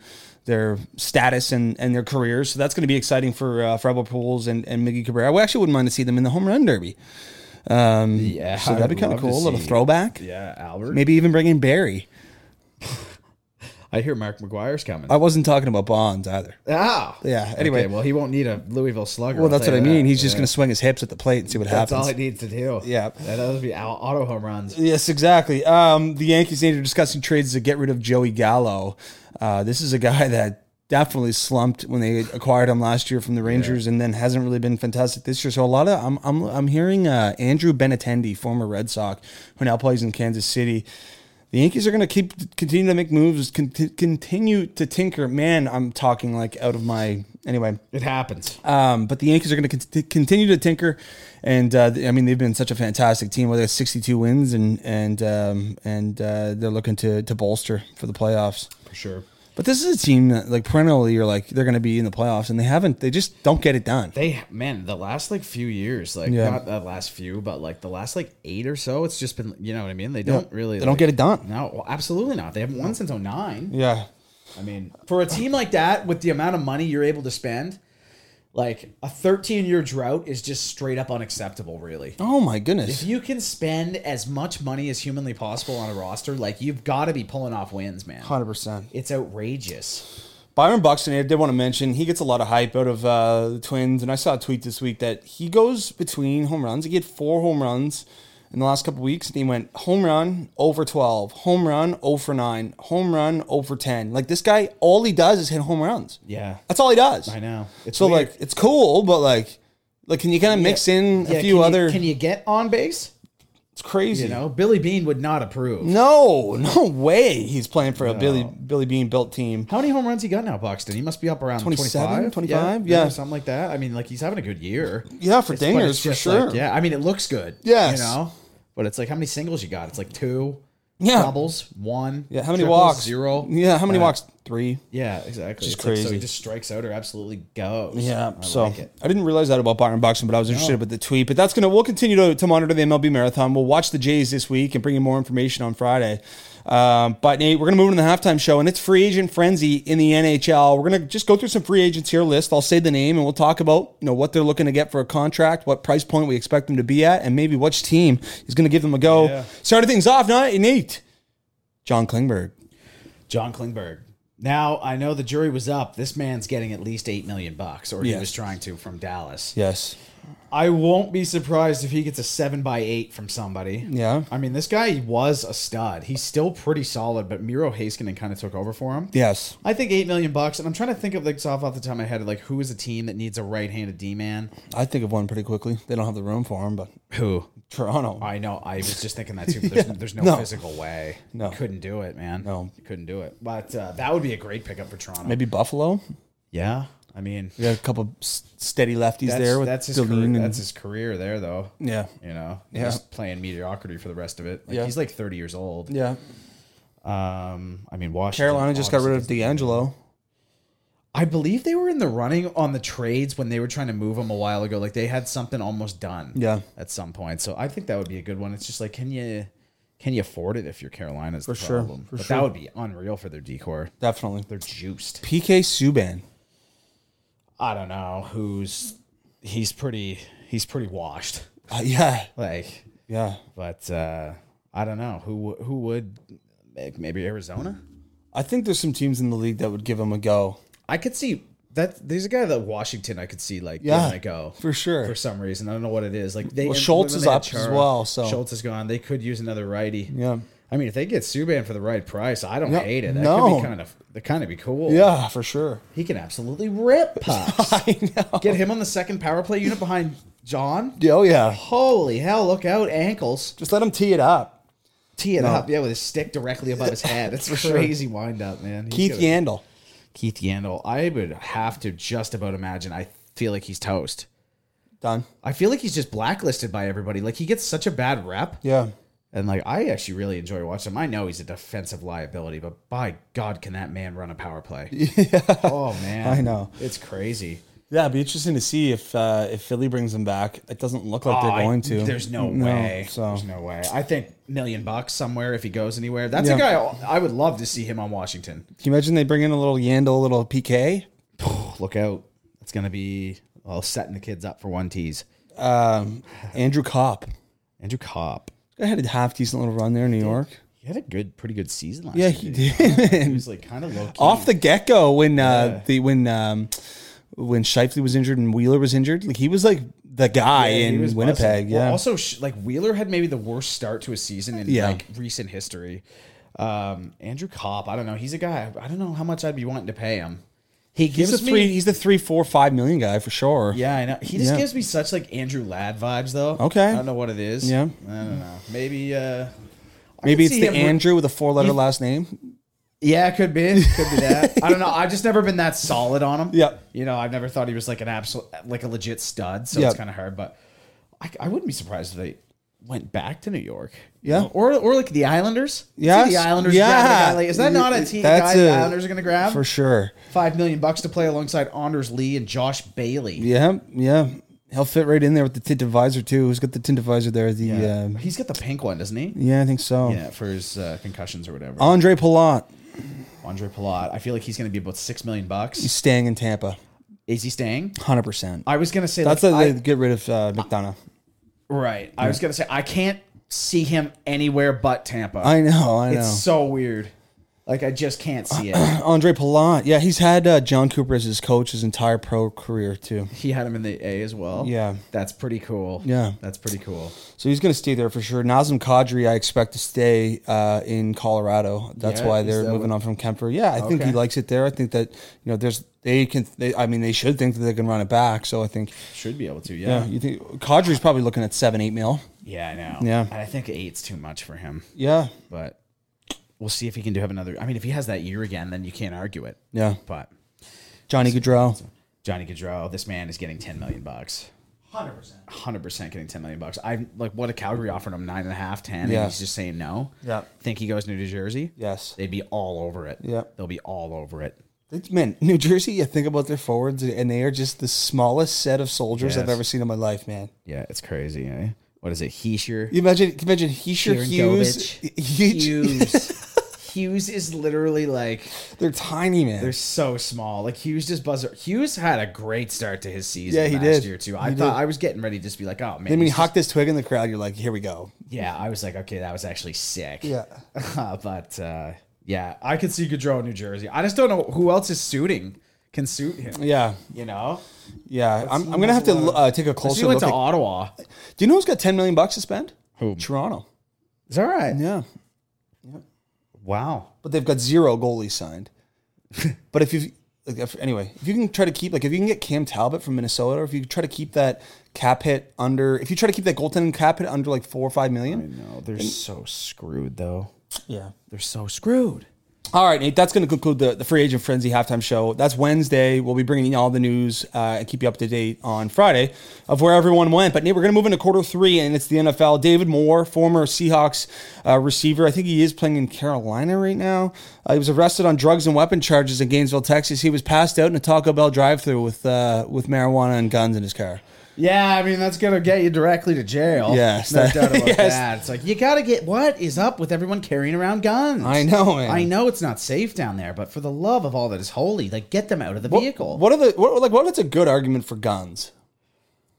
[SPEAKER 1] their status and, and their careers. So that's going to be exciting for uh, for Albert Pujols and, and Miggy Cabrera. We actually wouldn't mind to see them in the home run derby.
[SPEAKER 2] Yeah,
[SPEAKER 1] So that'd be kind of cool. A little throwback.
[SPEAKER 2] Yeah, Albert.
[SPEAKER 1] Maybe even bring in Barry.
[SPEAKER 2] I hear Mark McGuire's coming.
[SPEAKER 1] I wasn't talking about Bonds either.
[SPEAKER 2] ah,
[SPEAKER 1] Oh. Yeah, anyway.
[SPEAKER 2] Okay, well, he won't need a Louisville slugger.
[SPEAKER 1] Well,
[SPEAKER 2] I'll
[SPEAKER 1] that's
[SPEAKER 2] tell
[SPEAKER 1] what I
[SPEAKER 2] you
[SPEAKER 1] mean.
[SPEAKER 2] that.
[SPEAKER 1] He's just
[SPEAKER 2] Yeah.
[SPEAKER 1] going to swing his hips at the plate and see what
[SPEAKER 2] That's all
[SPEAKER 1] happens.
[SPEAKER 2] it needs to do.
[SPEAKER 1] Yeah.
[SPEAKER 2] That would be au- auto home runs.
[SPEAKER 1] Yes, exactly. Um, the Yankees need to discussing trades to get rid of Joey Gallo. Uh, this is a guy that definitely slumped when they acquired him last year from the Rangers, and then hasn't really been fantastic this year. So a lot of I'm I'm, I'm hearing uh, Andrew Benatendi, former Red Sox, who now plays in Kansas City. The Yankees are going to keep continue to make moves, conti- continue to tinker. Man, I'm talking like out of my anyway.
[SPEAKER 2] It happens.
[SPEAKER 1] Um, but the Yankees are going to cont- continue to tinker, and uh, I mean they've been such a fantastic team. Well, they have 62 wins, and and um, and uh, they're looking to to bolster for the playoffs.
[SPEAKER 2] for sure.
[SPEAKER 1] But this is a team that like perennially you're like they're going to be in the playoffs, and they haven't. They just don't get it done.
[SPEAKER 2] They man, the last like few years, like
[SPEAKER 1] Yeah.
[SPEAKER 2] not the last few, but like the last like eight or so, it's just been you know what I mean. They don't really
[SPEAKER 1] They don't
[SPEAKER 2] like-
[SPEAKER 1] get it done.
[SPEAKER 2] No, well, absolutely not. They haven't won since 09.
[SPEAKER 1] Yeah,
[SPEAKER 2] I mean, for a team like that with the amount of money you're able to spend, like a 13 year drought is just straight up unacceptable. Really,
[SPEAKER 1] Oh my
[SPEAKER 2] if
[SPEAKER 1] goodness.
[SPEAKER 2] you can spend as much money as humanly possible on a roster, like you've got to be pulling off wins, man.
[SPEAKER 1] Hundred percent.
[SPEAKER 2] It's outrageous.
[SPEAKER 1] Byron Buxton, I did want to mention, he gets a lot of hype out of uh, the Twins, and I saw a tweet this week that he goes between home runs. He had four home runs in the last couple weeks, and he went home run over twelve, home run over nine, home run over ten. Like this guy, all he does is hit home runs.
[SPEAKER 2] Yeah.
[SPEAKER 1] that's all he does.
[SPEAKER 2] I know. It's
[SPEAKER 1] so
[SPEAKER 2] weird.
[SPEAKER 1] like, it's cool, but like, like can you kind of mix in
[SPEAKER 2] Yeah,
[SPEAKER 1] a few
[SPEAKER 2] can you-
[SPEAKER 1] other?
[SPEAKER 2] can you get on base?
[SPEAKER 1] it's crazy.
[SPEAKER 2] You know, Billy Bean would not approve.
[SPEAKER 1] No, no way. He's playing for a Billy Billy Bean built team.
[SPEAKER 2] How many home runs he got now, Buxton? He must be up around
[SPEAKER 1] 27,
[SPEAKER 2] 25?
[SPEAKER 1] 25?
[SPEAKER 2] yeah,
[SPEAKER 1] Yeah.
[SPEAKER 2] something like that. I mean, like he's having a good year.
[SPEAKER 1] Yeah, for
[SPEAKER 2] It's- but it's
[SPEAKER 1] dingers for
[SPEAKER 2] just like,
[SPEAKER 1] sure.
[SPEAKER 2] yeah, I mean, it looks good.
[SPEAKER 1] Yes.
[SPEAKER 2] you know, but it's like how many singles you got? It's like two,
[SPEAKER 1] Yeah.
[SPEAKER 2] doubles, one.
[SPEAKER 1] Yeah, how many
[SPEAKER 2] triples,
[SPEAKER 1] walks?
[SPEAKER 2] Zero.
[SPEAKER 1] Yeah, how many
[SPEAKER 2] Yeah.
[SPEAKER 1] walks? Three.
[SPEAKER 2] Yeah, exactly.
[SPEAKER 1] Just
[SPEAKER 2] It's like, so
[SPEAKER 1] crazy.
[SPEAKER 2] he just strikes out or absolutely goes.
[SPEAKER 1] Yeah,
[SPEAKER 2] I
[SPEAKER 1] so
[SPEAKER 2] like it. Oh.
[SPEAKER 1] I didn't realize that about Byron Buxton, but I was interested with the tweet. But that's gonna we'll continue to, to monitor the MLB marathon. We'll watch the Jays this week and bring you more information on Friday. Um, but Nate, we're gonna move into the halftime show, and it's free agent frenzy in the NHL. We're gonna just go through some free agents here list. I'll say the name, and we'll talk about you know what they're looking to get for a contract, what price point we expect them to be at, and maybe which team is gonna give them a go. Starting things off, not Nate, John Klingberg.
[SPEAKER 2] John Klingberg. Now I know the jury was up. This man's getting at least eight million bucks, or he
[SPEAKER 1] Yes.
[SPEAKER 2] was trying to from Dallas.
[SPEAKER 1] Yes,
[SPEAKER 2] I won't be surprised if he gets a seven by eight from somebody.
[SPEAKER 1] Yeah.
[SPEAKER 2] I mean, this guy was a stud. He's still pretty solid, but Miro Haskinen kind of took over for him.
[SPEAKER 1] Yes.
[SPEAKER 2] I think eight million bucks, and I'm trying to think of like off off the top of my head, like who is a team that needs a right-handed D man?
[SPEAKER 1] I think of one pretty quickly. They don't have the room for him, but
[SPEAKER 2] Who?
[SPEAKER 1] Toronto.
[SPEAKER 2] I know. I was just thinking that too. But there's, there's no,
[SPEAKER 1] No.
[SPEAKER 2] physical way.
[SPEAKER 1] No.
[SPEAKER 2] couldn't do it, man.
[SPEAKER 1] No.
[SPEAKER 2] couldn't do it. But uh, that would be a great pickup for Toronto.
[SPEAKER 1] Maybe Buffalo.
[SPEAKER 2] Yeah. I mean,
[SPEAKER 1] We got a couple s- steady lefties
[SPEAKER 2] that's,
[SPEAKER 1] there with
[SPEAKER 2] that's his
[SPEAKER 1] Dillon
[SPEAKER 2] career,
[SPEAKER 1] and-
[SPEAKER 2] that's his career there though.
[SPEAKER 1] yeah.
[SPEAKER 2] You know,
[SPEAKER 1] Yeah.
[SPEAKER 2] just playing mediocrity for the rest of it. Like,
[SPEAKER 1] Yeah.
[SPEAKER 2] He's like 30 years old.
[SPEAKER 1] Yeah.
[SPEAKER 2] Um, I mean, Washington.
[SPEAKER 1] Carolina just got
[SPEAKER 2] obviously
[SPEAKER 1] rid of
[SPEAKER 2] doesn't-
[SPEAKER 1] D'Angelo.
[SPEAKER 2] I believe they were in the running on the trades when they were trying to move him a while ago. Like they had something almost done.
[SPEAKER 1] Yeah.
[SPEAKER 2] At some point, so I think that would be a good one. It's just like, can you can you afford it if you're Carolina's the
[SPEAKER 1] For sure,
[SPEAKER 2] problem?
[SPEAKER 1] for
[SPEAKER 2] but
[SPEAKER 1] sure.
[SPEAKER 2] that would be unreal for their decor.
[SPEAKER 1] Definitely.
[SPEAKER 2] They're juiced.
[SPEAKER 1] PK Subban.
[SPEAKER 2] I don't know who's he's pretty he's pretty washed.
[SPEAKER 1] Uh, yeah.
[SPEAKER 2] Like,
[SPEAKER 1] Yeah.
[SPEAKER 2] but uh I don't know who who would make maybe Arizona.
[SPEAKER 1] I think there's some teams in the league that would give him a go.
[SPEAKER 2] I could see that there's a guy that Washington I could see like
[SPEAKER 1] Yeah,
[SPEAKER 2] yeah I go
[SPEAKER 1] for sure.
[SPEAKER 2] for some reason I don't know what it is like they
[SPEAKER 1] Well, Schultz
[SPEAKER 2] when
[SPEAKER 1] is
[SPEAKER 2] they had
[SPEAKER 1] up as well, so-
[SPEAKER 2] Schultz is gone they could use another righty
[SPEAKER 1] Yeah.
[SPEAKER 2] I mean if they get Subban for the right price I don't
[SPEAKER 1] No,
[SPEAKER 2] hate it that could
[SPEAKER 1] no.
[SPEAKER 2] be kind of that kind of be cool
[SPEAKER 1] Yeah, for sure.
[SPEAKER 2] he can absolutely rip pucks
[SPEAKER 1] I know.
[SPEAKER 2] get him on the second power play unit behind John
[SPEAKER 1] Oh, yeah.
[SPEAKER 2] holy hell look out ankles
[SPEAKER 1] Just let him tee it up.
[SPEAKER 2] tee it up yeah with his stick directly above his head it's a crazy wind up man He's
[SPEAKER 1] Keith
[SPEAKER 2] gonna-
[SPEAKER 1] Yandel.
[SPEAKER 2] Keith Yandel, I would have to just about imagine. I feel like he's toast.
[SPEAKER 1] Done.
[SPEAKER 2] I feel like he's just blacklisted by everybody. Like he gets such a bad rep.
[SPEAKER 1] Yeah.
[SPEAKER 2] And like I actually really enjoy watching him. I know he's a defensive liability, but by God, can that man run a power play? Yeah. Oh man.
[SPEAKER 1] I know.
[SPEAKER 2] It's crazy.
[SPEAKER 1] Yeah, it'd be interesting to see if uh, if Philly brings him back. It doesn't look like they're
[SPEAKER 2] Oh, I-
[SPEAKER 1] going to.
[SPEAKER 2] There's no, way.
[SPEAKER 1] So
[SPEAKER 2] There's no way. I think million bucks somewhere if he goes anywhere. That's
[SPEAKER 1] Yeah.
[SPEAKER 2] a guy I I would love to see him on Washington.
[SPEAKER 1] Can you imagine they bring in a little Yandel, a little PK?
[SPEAKER 2] Look out. It's gonna be well setting the kids up for one tease.
[SPEAKER 1] Um, Andrew Kopp.
[SPEAKER 2] Andrew Copp.
[SPEAKER 1] I had a half decent little run there in New York.
[SPEAKER 2] He had a good, pretty good season last
[SPEAKER 1] Yeah,
[SPEAKER 2] year.
[SPEAKER 1] he
[SPEAKER 2] didn't
[SPEAKER 1] did.
[SPEAKER 2] He was like kind of low key.
[SPEAKER 1] Off the get go when uh, the when um, when Shifley was injured and Wheeler was injured, like he was like the guy in Winnipeg. Yeah,
[SPEAKER 2] also, sh- like Wheeler had maybe the worst start to a season in
[SPEAKER 1] Yeah.
[SPEAKER 2] like recent history. Um, Andrew Copp, I don't know. He's a guy. I don't know how much I'd be wanting to pay him. He
[SPEAKER 1] he's
[SPEAKER 2] gives
[SPEAKER 1] the
[SPEAKER 2] me.
[SPEAKER 1] three. He's the three, four, five million guy for sure.
[SPEAKER 2] yeah, I know. He just
[SPEAKER 1] Yeah.
[SPEAKER 2] gives me such like Andrew Ladd vibes, though.
[SPEAKER 1] Okay.
[SPEAKER 2] I don't know what it is.
[SPEAKER 1] Yeah.
[SPEAKER 2] I don't know. Maybe. uh
[SPEAKER 1] maybe
[SPEAKER 2] could
[SPEAKER 1] it's
[SPEAKER 2] see
[SPEAKER 1] the
[SPEAKER 2] him-
[SPEAKER 1] Andrew with a four letter last name.
[SPEAKER 2] Yeah, it could be. Could be that. I don't know. I've just never been that solid on him.
[SPEAKER 1] Yep.
[SPEAKER 2] You know, I've never thought he was like an absolute, like a legit stud. So
[SPEAKER 1] Yep.
[SPEAKER 2] it's kind of hard. But I, I wouldn't be surprised if they went back to New York. you
[SPEAKER 1] Yeah.
[SPEAKER 2] know? Or or like the Islanders. See
[SPEAKER 1] Yes.
[SPEAKER 2] the Islanders. grabbing a guy like- is that not a team guy the
[SPEAKER 1] it.
[SPEAKER 2] Islanders are going to grab?
[SPEAKER 1] for sure.
[SPEAKER 2] Five million bucks to play alongside Anders Lee and Josh Bailey.
[SPEAKER 1] Yeah, yeah. He'll fit right in there with the tint visor too. Who's got the tint visor there? The yeah, um,
[SPEAKER 2] He's got the pink one, doesn't he?
[SPEAKER 1] yeah Um, I think so.
[SPEAKER 2] Yeah, for his uh, concussions or whatever.
[SPEAKER 1] Andre Palant
[SPEAKER 2] Andre Pilat. I feel like he's going to be about six million
[SPEAKER 1] is
[SPEAKER 2] bucks.
[SPEAKER 1] staying in Tampa,
[SPEAKER 2] Is he staying?
[SPEAKER 1] hundred percent.
[SPEAKER 2] I was going to say
[SPEAKER 1] That's
[SPEAKER 2] like,
[SPEAKER 1] how
[SPEAKER 2] I-
[SPEAKER 1] they get rid of uh, McDonough.
[SPEAKER 2] Right. I was gonna say I can't see him anywhere but Tampa.
[SPEAKER 1] I know, I know.
[SPEAKER 2] It's so weird. Like I just can't see it.
[SPEAKER 1] Andre Palant, yeah, he's had uh, John Cooper as his coach his entire pro career too,
[SPEAKER 2] he had him in the A as well.
[SPEAKER 1] Yeah.
[SPEAKER 2] That's pretty cool.
[SPEAKER 1] Yeah.
[SPEAKER 2] That's pretty cool.
[SPEAKER 1] so he's going to stay there for sure. Nazem Kadri, I expect to stay uh, in Colorado. That's
[SPEAKER 2] Yeah,
[SPEAKER 1] why
[SPEAKER 2] is
[SPEAKER 1] they're
[SPEAKER 2] that
[SPEAKER 1] moving
[SPEAKER 2] what-
[SPEAKER 1] on from Kemper. Yeah, I think he
[SPEAKER 2] Okay.
[SPEAKER 1] likes it there. I think that you know, there's they can. They, I mean, they should think that they can run it back. So I think
[SPEAKER 2] Should be able to,
[SPEAKER 1] Yeah,
[SPEAKER 2] yeah.
[SPEAKER 1] you think Kadri's probably looking at seven, eight mil.
[SPEAKER 2] Yeah, I know.
[SPEAKER 1] Yeah.
[SPEAKER 2] And I think eight's too much for him.
[SPEAKER 1] Yeah,
[SPEAKER 2] But we'll see if he can do have another I mean, if he has that year again, then you can't argue it.
[SPEAKER 1] yeah.
[SPEAKER 2] But
[SPEAKER 1] Johnny Gaudreau.
[SPEAKER 2] Johnny Gaudreau, this man is getting ten million bucks. Hundred percent. Hundred percent getting ten million bucks. I like what a Calgary offered him nine and a half, ten,
[SPEAKER 1] Yeah.
[SPEAKER 2] and he's just saying no.
[SPEAKER 1] Yeah.
[SPEAKER 2] Think he goes to New Jersey?
[SPEAKER 1] Yes.
[SPEAKER 2] They'd be all over it.
[SPEAKER 1] Yeah.
[SPEAKER 2] They'll be all over it.
[SPEAKER 1] Man, New Jersey. You think about their forwards, and they are just the smallest set of soldiers I've
[SPEAKER 2] Yes.
[SPEAKER 1] ever seen in my life, man.
[SPEAKER 2] Yeah, it's crazy. Eh? What is it? Heisher.
[SPEAKER 1] You imagine, can you imagine Heisher Hughes. Huge.
[SPEAKER 2] Hughes. Hughes is literally like
[SPEAKER 1] They're tiny, man.
[SPEAKER 2] they're so small. Like Hughes just buzzer. Hughes had a great start to his season.
[SPEAKER 1] Yeah, he
[SPEAKER 2] last
[SPEAKER 1] did.
[SPEAKER 2] year too. I
[SPEAKER 1] He
[SPEAKER 2] thought
[SPEAKER 1] did.
[SPEAKER 2] I was getting ready to just be like, oh man.
[SPEAKER 1] I mean,
[SPEAKER 2] he's
[SPEAKER 1] hock this twig in the crowd. You're like, here we go.
[SPEAKER 2] Yeah, I was like, okay, that was actually sick.
[SPEAKER 1] Yeah.
[SPEAKER 2] uh, but uh, yeah, I could see Gaudreau in New Jersey. I just don't know who else is suiting can suit him.
[SPEAKER 1] Yeah,
[SPEAKER 2] You know,
[SPEAKER 1] yeah. I'm, I'm gonna have to uh, take a
[SPEAKER 2] he
[SPEAKER 1] closer
[SPEAKER 2] went
[SPEAKER 1] look.
[SPEAKER 2] to
[SPEAKER 1] At,
[SPEAKER 2] Ottawa.
[SPEAKER 1] do you know who's got 10 million bucks to spend?
[SPEAKER 2] Who?
[SPEAKER 1] Toronto.
[SPEAKER 2] It's all right.
[SPEAKER 1] Yeah,
[SPEAKER 2] Wow.
[SPEAKER 1] but they've got zero goalies signed. but if you like, if, anyway, if you can try to keep like if you can get Cam Talbot from Minnesota, or if you try to keep that cap hit under, if you try to keep that goaltending cap hit under like four or five million,
[SPEAKER 2] No, they're so screwed though.
[SPEAKER 1] yeah,
[SPEAKER 2] They're so screwed.
[SPEAKER 1] All right, Nate, that's going to conclude the, the Free Agent Frenzy halftime show. That's Wednesday. We'll be bringing you all the news uh, and keep you up to date on Friday of where everyone went. But, Nate, we're going to move into quarter three, and it's the NFL. David Moore, former Seahawks uh, receiver, I think he is playing in Carolina right now. Uh, he was arrested on drugs and weapon charges in Gainesville, Texas. He was passed out in a Taco Bell drive through with, uh, with marijuana and guns in his car.
[SPEAKER 2] Yeah, I mean that's gonna get you directly to jail.
[SPEAKER 1] Yes,
[SPEAKER 2] no
[SPEAKER 1] that-
[SPEAKER 2] doubt about
[SPEAKER 1] yes.
[SPEAKER 2] that. It's like you gotta get what is up with everyone carrying around guns.
[SPEAKER 1] I know, man.
[SPEAKER 2] I know it's not safe down there, but for the love of all that is holy, like get them out of the vehicle.
[SPEAKER 1] What are the, what, like, what is a good argument for guns?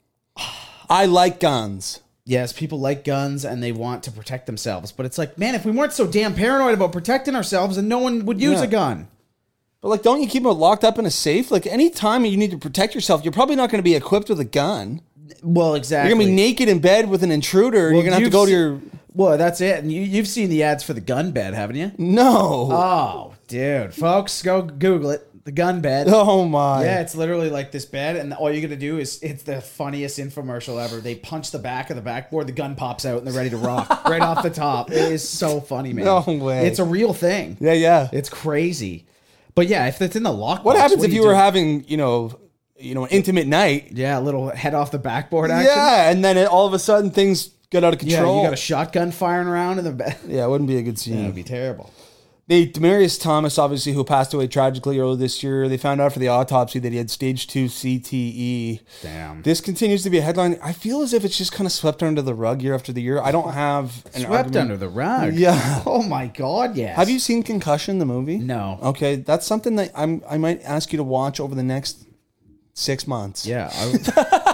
[SPEAKER 1] I like guns.
[SPEAKER 2] Yes, people like guns and they want to protect themselves, but it's like, man, if we weren't so damn paranoid about protecting ourselves, then no one would use
[SPEAKER 1] Yeah.
[SPEAKER 2] a gun.
[SPEAKER 1] But like, don't you keep them locked up in a safe? Like, any time you need to protect yourself, you're probably not going to be equipped with a gun.
[SPEAKER 2] Well, exactly.
[SPEAKER 1] You're going to be naked in bed with an intruder. and you're going to have to
[SPEAKER 2] you've
[SPEAKER 1] go to
[SPEAKER 2] se-
[SPEAKER 1] your
[SPEAKER 2] Well, that's it. And you, you've seen the ads for the gun bed, haven't you?
[SPEAKER 1] no.
[SPEAKER 2] Oh, dude, folks, go Google it. The gun bed.
[SPEAKER 1] oh my.
[SPEAKER 2] Yeah, it's literally like this bed, and all you're gonna do is it's the funniest infomercial ever. They punch the back of the backboard, the gun pops out, and they're ready to rock right off the top. It is so funny, man.
[SPEAKER 1] No way.
[SPEAKER 2] It's a real thing.
[SPEAKER 1] Yeah, yeah.
[SPEAKER 2] It's crazy. But yeah, if it's in the lock,
[SPEAKER 1] what happens if you, were
[SPEAKER 2] having
[SPEAKER 1] having, you know, you know, an intimate night?
[SPEAKER 2] yeah, a little head off the backboard action?
[SPEAKER 1] Yeah, and then it, all of a sudden things get out of
[SPEAKER 2] Yeah,
[SPEAKER 1] control.
[SPEAKER 2] you got a shotgun firing around in the bed.
[SPEAKER 1] yeah, it wouldn't be a good scene.
[SPEAKER 2] That'd be terrible.
[SPEAKER 1] They Demarius Thomas, obviously, who passed away tragically earlier this year, they found out for the autopsy that he had stage two CTE.
[SPEAKER 2] Damn.
[SPEAKER 1] This continues to be a headline. I feel as if it's just kind of swept under the rug year after the year. I don't have an
[SPEAKER 2] Swept
[SPEAKER 1] argument.
[SPEAKER 2] under the rug.
[SPEAKER 1] Yeah.
[SPEAKER 2] Oh my god, yes.
[SPEAKER 1] Have you seen Concussion, the movie?
[SPEAKER 2] No.
[SPEAKER 1] Okay, that's something that I'm. I might ask you to watch over the next six months.
[SPEAKER 2] Yeah. I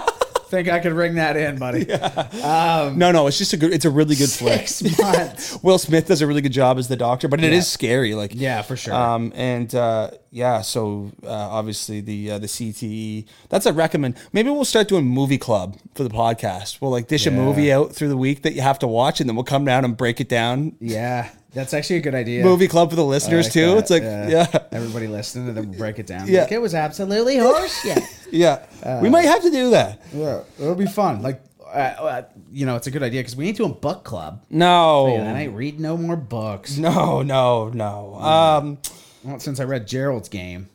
[SPEAKER 2] think I could ring that in, buddy.
[SPEAKER 1] No, no, it's just a good. It's a really good flick.
[SPEAKER 2] Six months.
[SPEAKER 1] Will Smith does a really good job as the doctor, but it is scary. Like,
[SPEAKER 2] Yeah, for sure.
[SPEAKER 1] Um, and uh, yeah, so uh, obviously the uh, the CTE. That's a recommend. Maybe we'll start doing movie club for the podcast. We'll like dish a
[SPEAKER 2] Yeah.
[SPEAKER 1] movie out through the week that you have to watch, and then we'll come down and break it down.
[SPEAKER 2] yeah, that's actually a good idea.
[SPEAKER 1] Movie club for the listeners
[SPEAKER 2] like
[SPEAKER 1] too.
[SPEAKER 2] that,
[SPEAKER 1] It's like yeah.
[SPEAKER 2] Everybody listen and then we'll break it down.
[SPEAKER 1] Yeah.
[SPEAKER 2] Like, it was absolutely horse. Yeah.
[SPEAKER 1] Yeah, we might have to do that.
[SPEAKER 2] yeah. It'll be fun. Like, uh, uh, you know, it's a good idea because we need to do a book club.
[SPEAKER 1] No,
[SPEAKER 2] And I ain't read no more books.
[SPEAKER 1] no, no, no. Um,
[SPEAKER 2] Well, since I read Gerald's game,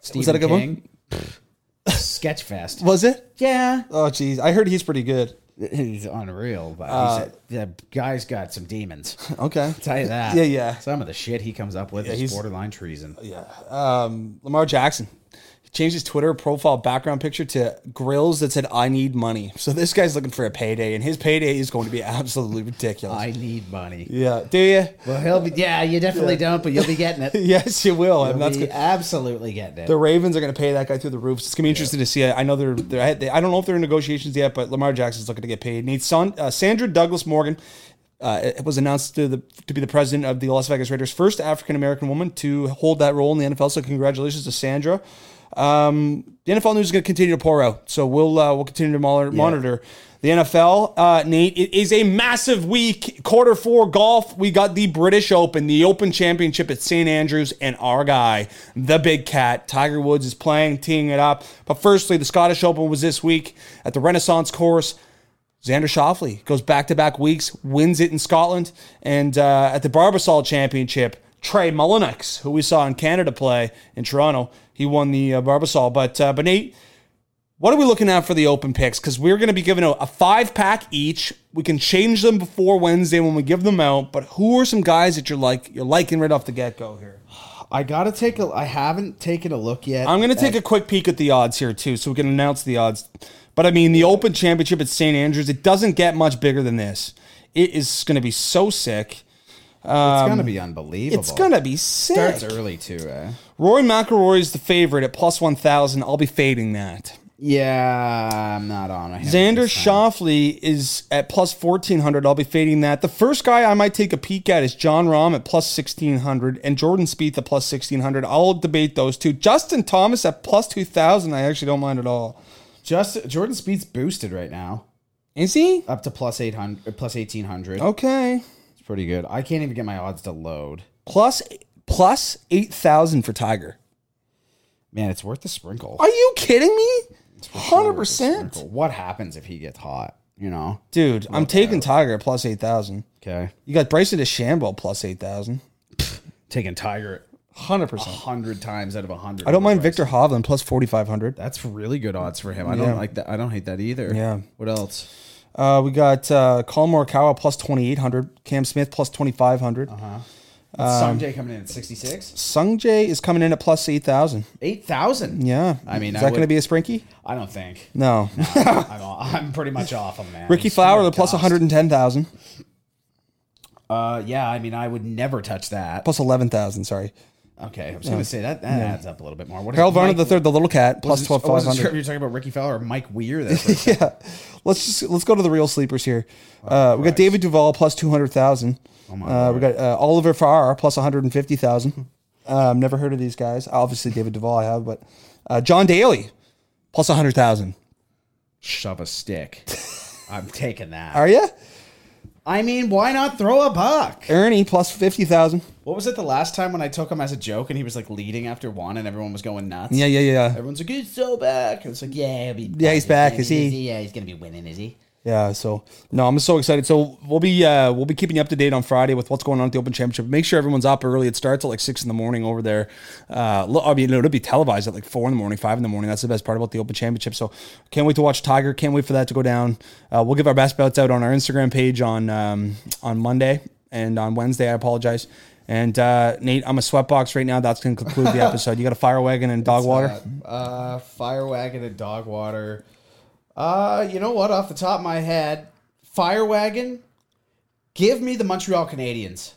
[SPEAKER 2] Stephen
[SPEAKER 1] that a good one?
[SPEAKER 2] King, one? Sketchfest.
[SPEAKER 1] was it?
[SPEAKER 2] yeah,
[SPEAKER 1] Oh, geez, I heard he's pretty good.
[SPEAKER 2] he's unreal, but
[SPEAKER 1] Uh,
[SPEAKER 2] he's a, the guy's got some demons.
[SPEAKER 1] Okay,
[SPEAKER 2] tell you that.
[SPEAKER 1] Oh. Yeah, yeah.
[SPEAKER 2] Some of the shit he comes up with is
[SPEAKER 1] he's- Oh,
[SPEAKER 2] borderline treason.
[SPEAKER 1] yeah. Um, Lamar Jackson He changed his Twitter profile background picture to grills that said "I need money." So this guy's looking for a payday, and his payday is going to be absolutely ridiculous.
[SPEAKER 2] I need money.
[SPEAKER 1] yeah, do you?
[SPEAKER 2] Well, he'll be. Yeah, you definitely don't, but you'll be getting it.
[SPEAKER 1] Yes, you will, and
[SPEAKER 2] You'll
[SPEAKER 1] that's
[SPEAKER 2] be
[SPEAKER 1] good.
[SPEAKER 2] absolutely getting it.
[SPEAKER 1] The Ravens are going to pay that guy through the roof. It's going to be interesting to see. I, I know they're, they're they, I don't know if they're in negotiations yet, but Lamar Jackson's looking to get paid. Needs son, uh, Sandra Douglas Morgan uh, it was announced to the to be the president of the Las Vegas Raiders, first African American woman to hold that role in the NFL. So congratulations to Sandra. Um, the NFL news is going to continue to pour out, so we'll uh, we'll continue to monitor, monitor the NFL. Uh, Nate, it is a massive week. Quarter four golf. We got the British Open, the Open Championship at St Andrews, and our guy, the Big Cat, Tiger Woods is playing, teeing it up. But firstly, the Scottish Open was this week at the Renaissance Course. Xander Shoffley goes back to back weeks, wins it in Scotland, and uh, at the Barbasol Championship, Trey Mullinix, who we saw in Canada play in Toronto, he won the uh, Barbasol. But uh, but Nate, what are we looking at for the open picks? Because we're going to be giving out a five pack each. We can change them before Wednesday when we give them out. But who are some guys that you're like you're liking right off the get go here?
[SPEAKER 2] I gotta take a. I haven't taken a look yet.
[SPEAKER 1] I'm going to take a quick peek at the odds here too, so we can announce the odds. But I mean, the Open Championship at St Andrews, it doesn't get much bigger than this. It is going to be so sick.
[SPEAKER 2] It's gonna be unbelievable.
[SPEAKER 1] um, It's going to be sick.
[SPEAKER 2] starts early too. Eh?
[SPEAKER 1] Rory McIlroy is the favorite at plus one thousand. I'll be fading that.
[SPEAKER 2] Yeah, I'm not on. him
[SPEAKER 1] Xander
[SPEAKER 2] this time.
[SPEAKER 1] Shoffley is at plus 1400. I'll be fading that. The first guy I might take a peek at is John Rahm at plus 1600 and Jordan Spieth at plus 1600. I'll debate those two. Justin Thomas at plus 2000. I actually don't mind at all.
[SPEAKER 2] Just Jordan Speed's boosted right now
[SPEAKER 1] Is he?
[SPEAKER 2] up to plus eight hundred, plus eighteen hundred.
[SPEAKER 1] Oh. Okay.
[SPEAKER 2] It's pretty good. I can't even get my odds to load.
[SPEAKER 1] Plus plus 8000 for Tiger.
[SPEAKER 2] Man, it's worth the sprinkle.
[SPEAKER 1] Are you kidding me?
[SPEAKER 2] It's worth the
[SPEAKER 1] 100%.
[SPEAKER 2] sprinkle. What happens if he gets hot? You know.
[SPEAKER 1] Dude, I'm taking Tiger at plus 8000.
[SPEAKER 2] Okay.
[SPEAKER 1] You got Bryson DeChambeau plus 8000.
[SPEAKER 2] Taking Tiger
[SPEAKER 1] 100%.
[SPEAKER 2] a hundred times out of a hundred.
[SPEAKER 1] I don't mind Victor Hovland plus 4500.
[SPEAKER 2] That's really good odds for him. I
[SPEAKER 1] Yeah.
[SPEAKER 2] don't like that. I don't hate that either.
[SPEAKER 1] Yeah.
[SPEAKER 2] What else?
[SPEAKER 1] Uh, we got uh, Colin Morikawa plus 2,800. Cam Smith plus 2,500.
[SPEAKER 2] Uh-huh.
[SPEAKER 1] Um,
[SPEAKER 2] Sanjay coming in at sixty six.
[SPEAKER 1] Sung Jae is coming in at plus 8,000.
[SPEAKER 2] Eight thousand.
[SPEAKER 1] Yeah.
[SPEAKER 2] I mean,
[SPEAKER 1] is that
[SPEAKER 2] I
[SPEAKER 1] going to
[SPEAKER 2] would-
[SPEAKER 1] be a sprinky?
[SPEAKER 2] I don't think.
[SPEAKER 1] No.
[SPEAKER 2] I'm, I'm pretty much off him, man.
[SPEAKER 1] Ricky
[SPEAKER 2] He's
[SPEAKER 1] Fowler
[SPEAKER 2] smart
[SPEAKER 1] plus
[SPEAKER 2] dust.
[SPEAKER 1] 110,000.
[SPEAKER 2] Uh, yeah. I mean, I would never touch that.
[SPEAKER 1] Plus 11,000, sorry.
[SPEAKER 2] Okay. I was gonna say that that adds up a little bit more. What is
[SPEAKER 1] Harold
[SPEAKER 2] it,
[SPEAKER 1] Varner
[SPEAKER 2] Mike-
[SPEAKER 1] III, the little cat, plus
[SPEAKER 2] wasn't- I wasn't
[SPEAKER 1] 12,500.
[SPEAKER 2] sure if You're talking about Ricky Fowler or Mike Weir. There for a second.
[SPEAKER 1] Yeah. Let's just let's go to the real sleepers here. Uh, we got David Duval plus 200,000. uh, we got uh, Oliver Farrar plus 150,000. Um, never heard of these guys. Obviously, David Duval I have, but uh, John Daly plus 100,000.
[SPEAKER 2] Shove a stick. I'm taking that.
[SPEAKER 1] Are you?
[SPEAKER 2] I mean, why not throw a buck?
[SPEAKER 1] Ernie plus 50,000.
[SPEAKER 2] What was it the last time when I took him as a joke and he was like leading after one and everyone was going nuts?
[SPEAKER 1] Yeah, yeah, yeah.
[SPEAKER 2] Everyone's like, he's so back. And it's like, yeah, he'll be
[SPEAKER 1] Yeah, he's back, is he?
[SPEAKER 2] Yeah, he's gonna be winning, is he?
[SPEAKER 1] Yeah, so no, I'm so excited. So we'll be uh we'll be keeping you up to date on Friday with what's going on at the Open Championship. Make sure everyone's up early. It starts at like six in the morning over there. Uh, lo- I mean, it'll be televised at like four in the morning, five in the morning. That's the best part about the Open Championship. So can't wait to watch Tiger. Can't wait for that to go down. Uh, we'll give our best bets out on our Instagram page on um, on Monday and on Wednesday. I apologize. And uh, Nate, I'm a sweatbox right now. That's gonna conclude the episode. You got a fire wagon and dog water.
[SPEAKER 2] Uh, fire wagon and dog water. Uh, you know what? Off the top of my head, fire wagon. Give me the Montreal Canadiens.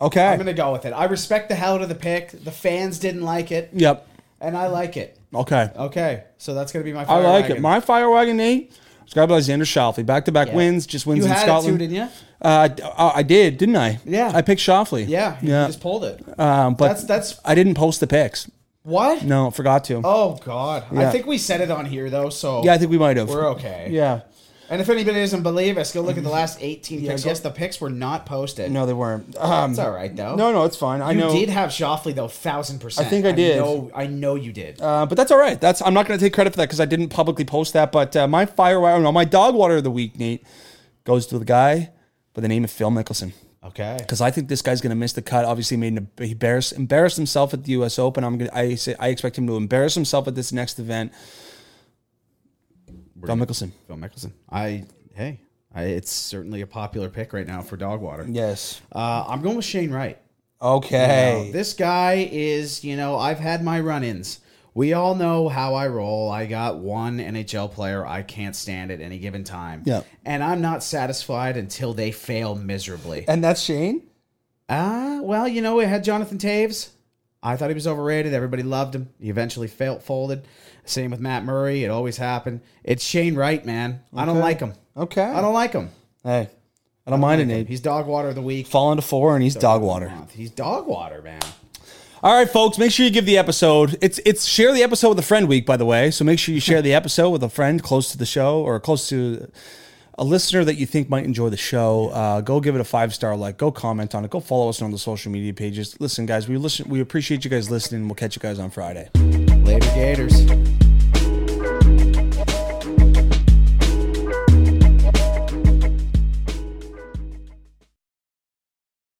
[SPEAKER 1] okay.
[SPEAKER 2] uh, I'm gonna go with it. I respect the hell out of the pick. The fans didn't like it,
[SPEAKER 1] yep.
[SPEAKER 2] and I like it.
[SPEAKER 1] Okay.
[SPEAKER 2] Okay, so that's gonna be my.
[SPEAKER 1] I
[SPEAKER 2] Fire
[SPEAKER 1] like it.
[SPEAKER 2] wagon.
[SPEAKER 1] My fire wagon eight. It's got Xander Shoffley. Back to back
[SPEAKER 2] Yeah.
[SPEAKER 1] wins, just wins
[SPEAKER 2] you
[SPEAKER 1] in
[SPEAKER 2] had
[SPEAKER 1] Scotland.
[SPEAKER 2] It too, didn't you?
[SPEAKER 1] Uh, d- I, I did, didn't I?
[SPEAKER 2] Yeah.
[SPEAKER 1] I picked Shoffley.
[SPEAKER 2] Yeah, you
[SPEAKER 1] yeah.
[SPEAKER 2] just pulled it.
[SPEAKER 1] um, but
[SPEAKER 2] that's that's
[SPEAKER 1] I didn't post the picks.
[SPEAKER 2] what?
[SPEAKER 1] No, forgot to.
[SPEAKER 2] Oh God,
[SPEAKER 1] Yeah.
[SPEAKER 2] I think we said it on here though. So
[SPEAKER 1] Yeah, I think we might have.
[SPEAKER 2] we're okay.
[SPEAKER 1] Yeah. Mm-hmm.
[SPEAKER 2] And if anybody doesn't believe us, go look at the last 18 picks.
[SPEAKER 1] go-
[SPEAKER 2] Yes, the picks were not posted.
[SPEAKER 1] No, they weren't. Um,
[SPEAKER 2] it's all right though.
[SPEAKER 1] No, no, it's fine. I
[SPEAKER 2] you
[SPEAKER 1] know.
[SPEAKER 2] did have Shoffley though, thousand percent.
[SPEAKER 1] I think I did.
[SPEAKER 2] know, I know you did.
[SPEAKER 1] Uh, but that's all right. That's I'm not going to take credit for that because I didn't publicly post that. But uh, my fire wagon, no, my dog water of the week, Nate, goes to the guy by the name of Phil Mickelson.
[SPEAKER 2] okay.
[SPEAKER 1] because I think this guy's going to miss the cut. Obviously, he made an he embarrass, embarrassed himself at the U.S. Open. I'm going to I say I expect him to embarrass himself at this next event. Phil Mickelson.
[SPEAKER 2] Phil Mickelson. I hey, I, it's certainly a popular pick right now for dog water.
[SPEAKER 1] Yes.
[SPEAKER 2] Uh, I'm going with Shane Wright.
[SPEAKER 1] Okay.
[SPEAKER 2] Now, this guy is, you know, I've had my run ins. We all know how I roll. I got one NHL player I can't stand at any given time.
[SPEAKER 1] Yeah.
[SPEAKER 2] And I'm not satisfied until they fail miserably.
[SPEAKER 1] and that's Shane.
[SPEAKER 2] Ah, well, you know, we had Jonathan Taves. I thought he was overrated. Everybody loved him. He eventually failed, folded. Same with Matt Murray. It always happened. It's Shane Wright, man. I don't like him.
[SPEAKER 1] Okay.
[SPEAKER 2] I don't like him.
[SPEAKER 1] Hey, I don't mind it, Nate. He's
[SPEAKER 2] He's dog water of the week.
[SPEAKER 1] fallen to four and he's dog water.
[SPEAKER 2] He's dog water, man.
[SPEAKER 1] All right, folks, make sure you give the episode. It's it's share the episode with a friend week, by the way. So make sure you share the episode with a friend close to the show or close to a listener that you think might enjoy the show. Uh, go give it a five star like. Go comment on it. Go follow us on the social media pages. Listen, guys, we listen. We appreciate you guys listening. We'll catch you guys on Friday.
[SPEAKER 2] Later, Gators.